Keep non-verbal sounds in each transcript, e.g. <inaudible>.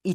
I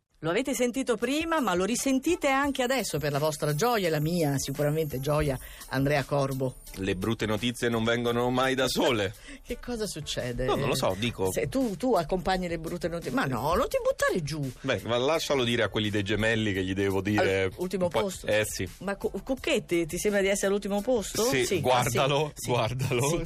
Lo avete sentito prima, ma lo risentite anche adesso per la vostra gioia, e la mia sicuramente gioia, Andrea Corbo. Le brutte notizie non vengono mai da sole. Che cosa succede? No, non lo so, dico. Se tu, tu accompagni le brutte notizie. Ma no, non ti buttare giù. Beh, ma lascialo dire a quelli dei gemelli che gli devo dire. Al- ultimo Poi- posto. Eh sì. Ma Cu- Cucchetti, ti sembra di essere all'ultimo posto? Sì, guardalo, ah, sì, guardalo,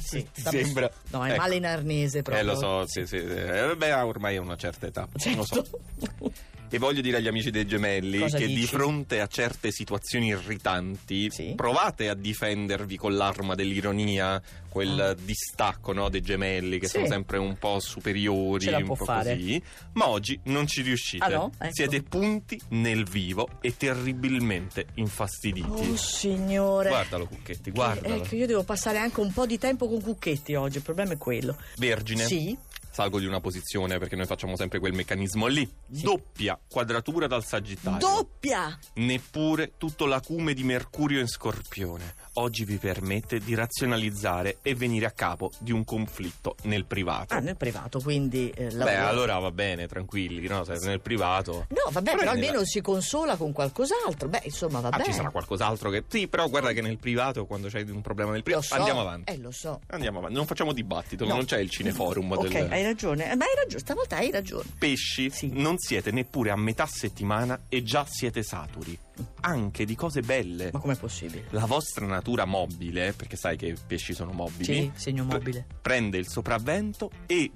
Sì, se sì. <laughs> ti Vabbè, sembra. No, è Ecco. male in arnese proprio. Eh, lo so, sì, sì. sì. Eh, beh, ha ormai una certa età. Certo. Lo so. E voglio dire agli amici dei gemelli Cosa che dici? di fronte a certe situazioni irritanti Sì. provate a difendervi con l'arma dell'ironia, quel distacco no, dei gemelli che Ah. Sì. sono sempre un po' superiori, Ce la un può po' fare. così. Ma oggi non ci riuscite. Ah, no? Ecco. Siete punti nel vivo e terribilmente infastiditi. Oh, signore. guardalo, Cucchetti, Eh, guardalo. Ecco, io devo passare anche un po' di tempo con Cucchetti oggi, il problema è quello. Vergine. Sì, Salgo di una posizione perché noi facciamo sempre quel meccanismo lì. Sì. Doppia quadratura dal Sagittario. doppia! Neppure tutto l'acume di Mercurio in Scorpione. Oggi vi permette di razionalizzare e venire a capo di un conflitto nel privato. Ah, nel privato, quindi eh, Beh, lavoro. allora va bene, tranquilli, no? Se nel privato. No, vabbè, Prendila. però almeno si consola con qualcos'altro. Beh, insomma, va Ah, bene. ci sarà qualcos'altro che. Sì, però guarda che nel privato, quando c'è un problema nel Lo privato. so. Andiamo avanti. Eh, lo so. Andiamo avanti. Non facciamo dibattito, No. non c'è il cineforum Ok, del. hai ragione. Eh, Ma hai ragione, stavolta hai ragione. pesci Sì. non siete neppure a metà settimana e già siete saturi, anche di cose belle. Ma com'è possibile? La vostra natura mobile, perché sai che i pesci sono mobili, Sì, segno pre- mobile. prende il sopravvento e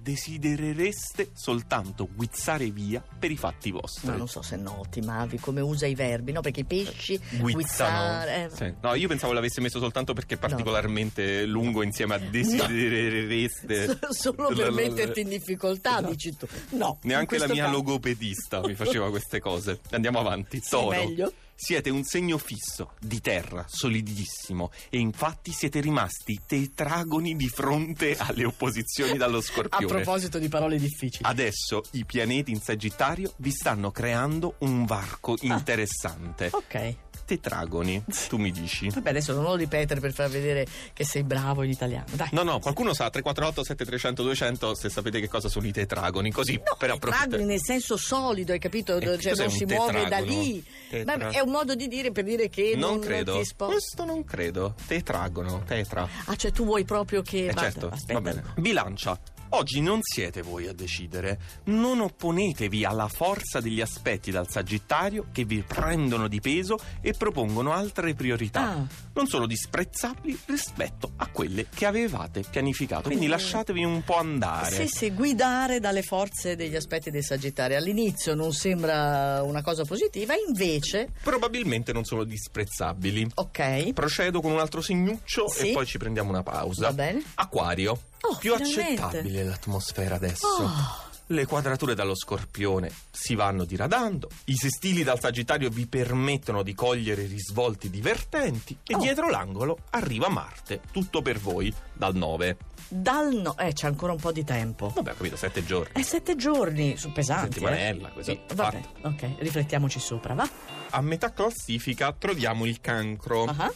desiderereste soltanto guizzare via per i fatti vostri. Ma non so se noti, Mavi, come usa i verbi, no? Perché i pesci Guizzano. guizzare. eh, Sì. No, io pensavo l'avesse messo soltanto perché è No. particolarmente lungo insieme a desiderereste. so- <laughs> Solo per La- la- metterti in difficoltà, dici tu. No. in Neanche la questo mia caso- logopedista mi faceva queste cose. Andiamo avanti. Sì, Toro. meglio. Siete un segno fisso, di terra, solidissimo, e infatti siete rimasti tetragoni di fronte alle opposizioni dallo A scorpione. proposito di parole difficili. Ah, Adesso i pianeti in Sagittario vi stanno creando un Ah. varco interessante. Ok. Tetragoni, tu mi dici? Vabbè, adesso non lo ripetere per far vedere che sei bravo in italiano. Dai. No, no, qualcuno sa 348 7300 200 se sapete che cosa sono i tetragoni, così per Tetragoni approfittare. nel senso solido, hai capito? E cioè, cos'è non un si muove da tetragono? lì. Tetra- Ma è un modo di dire per dire che non, Non credo. Eh ti sposta. Questo non credo. Tetragono, tetra. Ah, cioè tu vuoi proprio che. Eh, vada- certo, aspetta. va bene. Bilancia. Oggi non siete voi a decidere, non opponetevi alla forza degli aspetti dal Sagittario che vi prendono di peso e propongono altre priorità, Ah, non sono disprezzabili rispetto a quelle che avevate pianificato. Quindi lasciatevi un po' andare. sì, sì, guidare dalle forze degli aspetti del Sagittario. All'inizio non sembra una cosa positiva, invece. Probabilmente non sono disprezzabili. Ok, Procedo con un altro segnuccio Sì. e poi ci prendiamo una pausa. va bene. Acquario. Oh, Più finalmente. accettabile l'atmosfera adesso. Oh, Le quadrature dallo scorpione si vanno diradando, i sestili dal Sagittario vi permettono di cogliere risvolti divertenti e Oh. dietro l'angolo arriva Marte, tutto per voi, dal 9. dal no. Eh, c'è ancora un po' di tempo. Vabbè, ho capito, 7 giorni. È sette giorni, su pesanti. eh. Settimanella, così, Sì, vabbè, ok, riflettiamoci sopra, va? A metà classifica troviamo il cancro. Ah,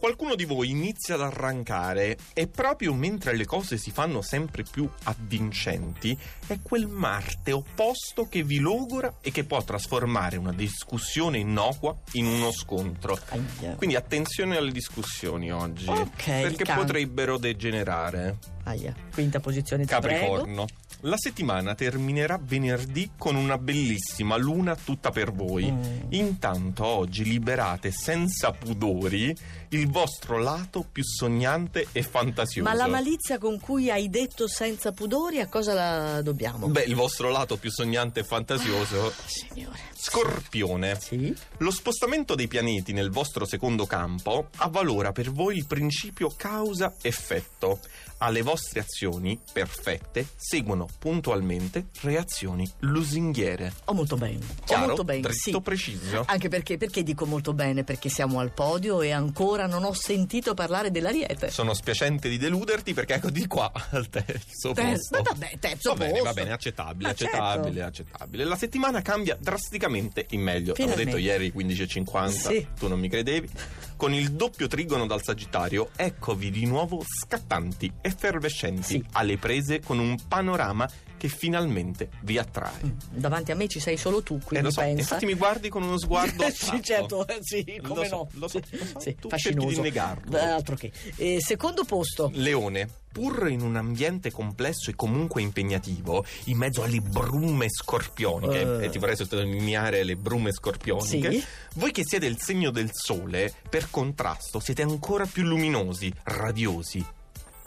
Qualcuno di voi inizia ad arrancare e proprio mentre le cose si fanno sempre più avvincenti, è quel Marte opposto che vi logora e che può trasformare una discussione innocua in uno scontro. Aia. Quindi attenzione alle discussioni oggi, Ok, perché can- potrebbero degenerare. Aia. Quinta posizione ti prego. Capricorno. La settimana terminerà venerdì con una bellissima luna tutta per voi. Mm. Intanto oggi liberate senza pudori il vostro lato più sognante e fantasioso. Ma la malizia con cui hai detto senza pudori, a cosa la dobbiamo? Beh, il vostro lato più sognante e fantasioso. Signore. Scorpione. Sì? Lo spostamento dei pianeti nel vostro secondo campo avvalora per voi il principio causa-effetto. Alle vostre nostre azioni perfette seguono puntualmente reazioni lusinghiere. Oh, molto bene. Oh, Chiaro? molto bene, Dritto, sì. Ah. preciso. Anche perché, perché dico molto bene? Perché siamo al podio e ancora non ho sentito parlare dell'ariete. Sono spiacente di deluderti perché ecco di qua al terzo Ter- posto. ma vabbè, terzo va Bene, va posto. bene, accettabile, Ma accettabile, certo. accettabile. La settimana cambia drasticamente in meglio. Te l'ho Finalmente. detto ieri 15.50, Sì. tu non mi credevi. Con il doppio trigono dal Sagittario, eccovi di nuovo scattanti, effervescenti, Sì. alle prese con un panorama che finalmente vi attrae. Mm, Davanti a me ci sei solo tu, Eh, quindi lo so, pensa. infatti mi guardi con <laughs> uno sguardo sì, attratto. certo, eh, sì, Lo come so, no. lo so, lo so, Sì, tu fascinoso. cerchi di negarlo. Beh, Altro che. Eh, secondo posto. Leone, pur in un ambiente complesso e comunque impegnativo, in mezzo alle brume scorpioniche, Eh. e ti vorrei sottolineare le brume scorpioniche, Sì. voi che siete il segno del sole, per contrasto, siete ancora più luminosi, radiosi.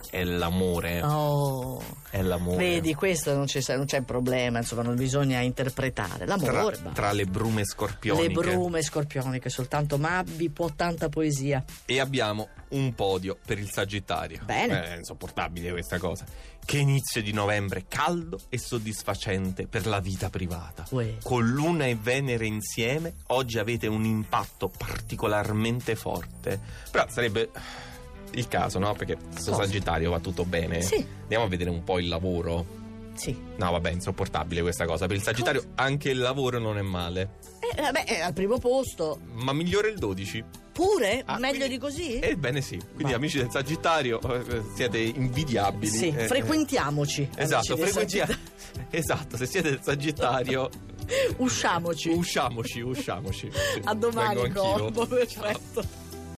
È l'amore, Oh, è l'amore. vedi, questo non c'è, non c'è problema, insomma, non bisogna interpretare. tra, L'amore. va. tra le brume le scorpioniche. brume scorpioniche soltanto, ma vi può tanta poesia. E abbiamo un podio per il Sagittario. Bene. Eh, È insopportabile questa cosa. Che inizio di novembre caldo e soddisfacente per la vita privata. Uè. Con Luna e Venere insieme, oggi avete un impatto particolarmente forte. Però sarebbe il caso, no? Perché questo Cosa? Sagittario va tutto bene. Sì, Andiamo a vedere un po' il lavoro. sì. No, vabbè, insopportabile questa cosa. Per il Sagittario anche il lavoro non è male. Eh, vabbè, è al primo posto. Ma migliore il 12. Pure? Ah, Meglio quindi- di così? Ebbene sì, quindi Ma- amici del Sagittario eh, eh, siete invidiabili. sì, Eh, eh. frequentiamoci. Esatto, amici del frequentiamo. <laughs> Esatto, se siete del Sagittario <laughs> Sagittario. <laughs> Usciamoci. usciamoci, usciamoci. Sì, A domani, vengo anch'io. Corbo. Perfetto.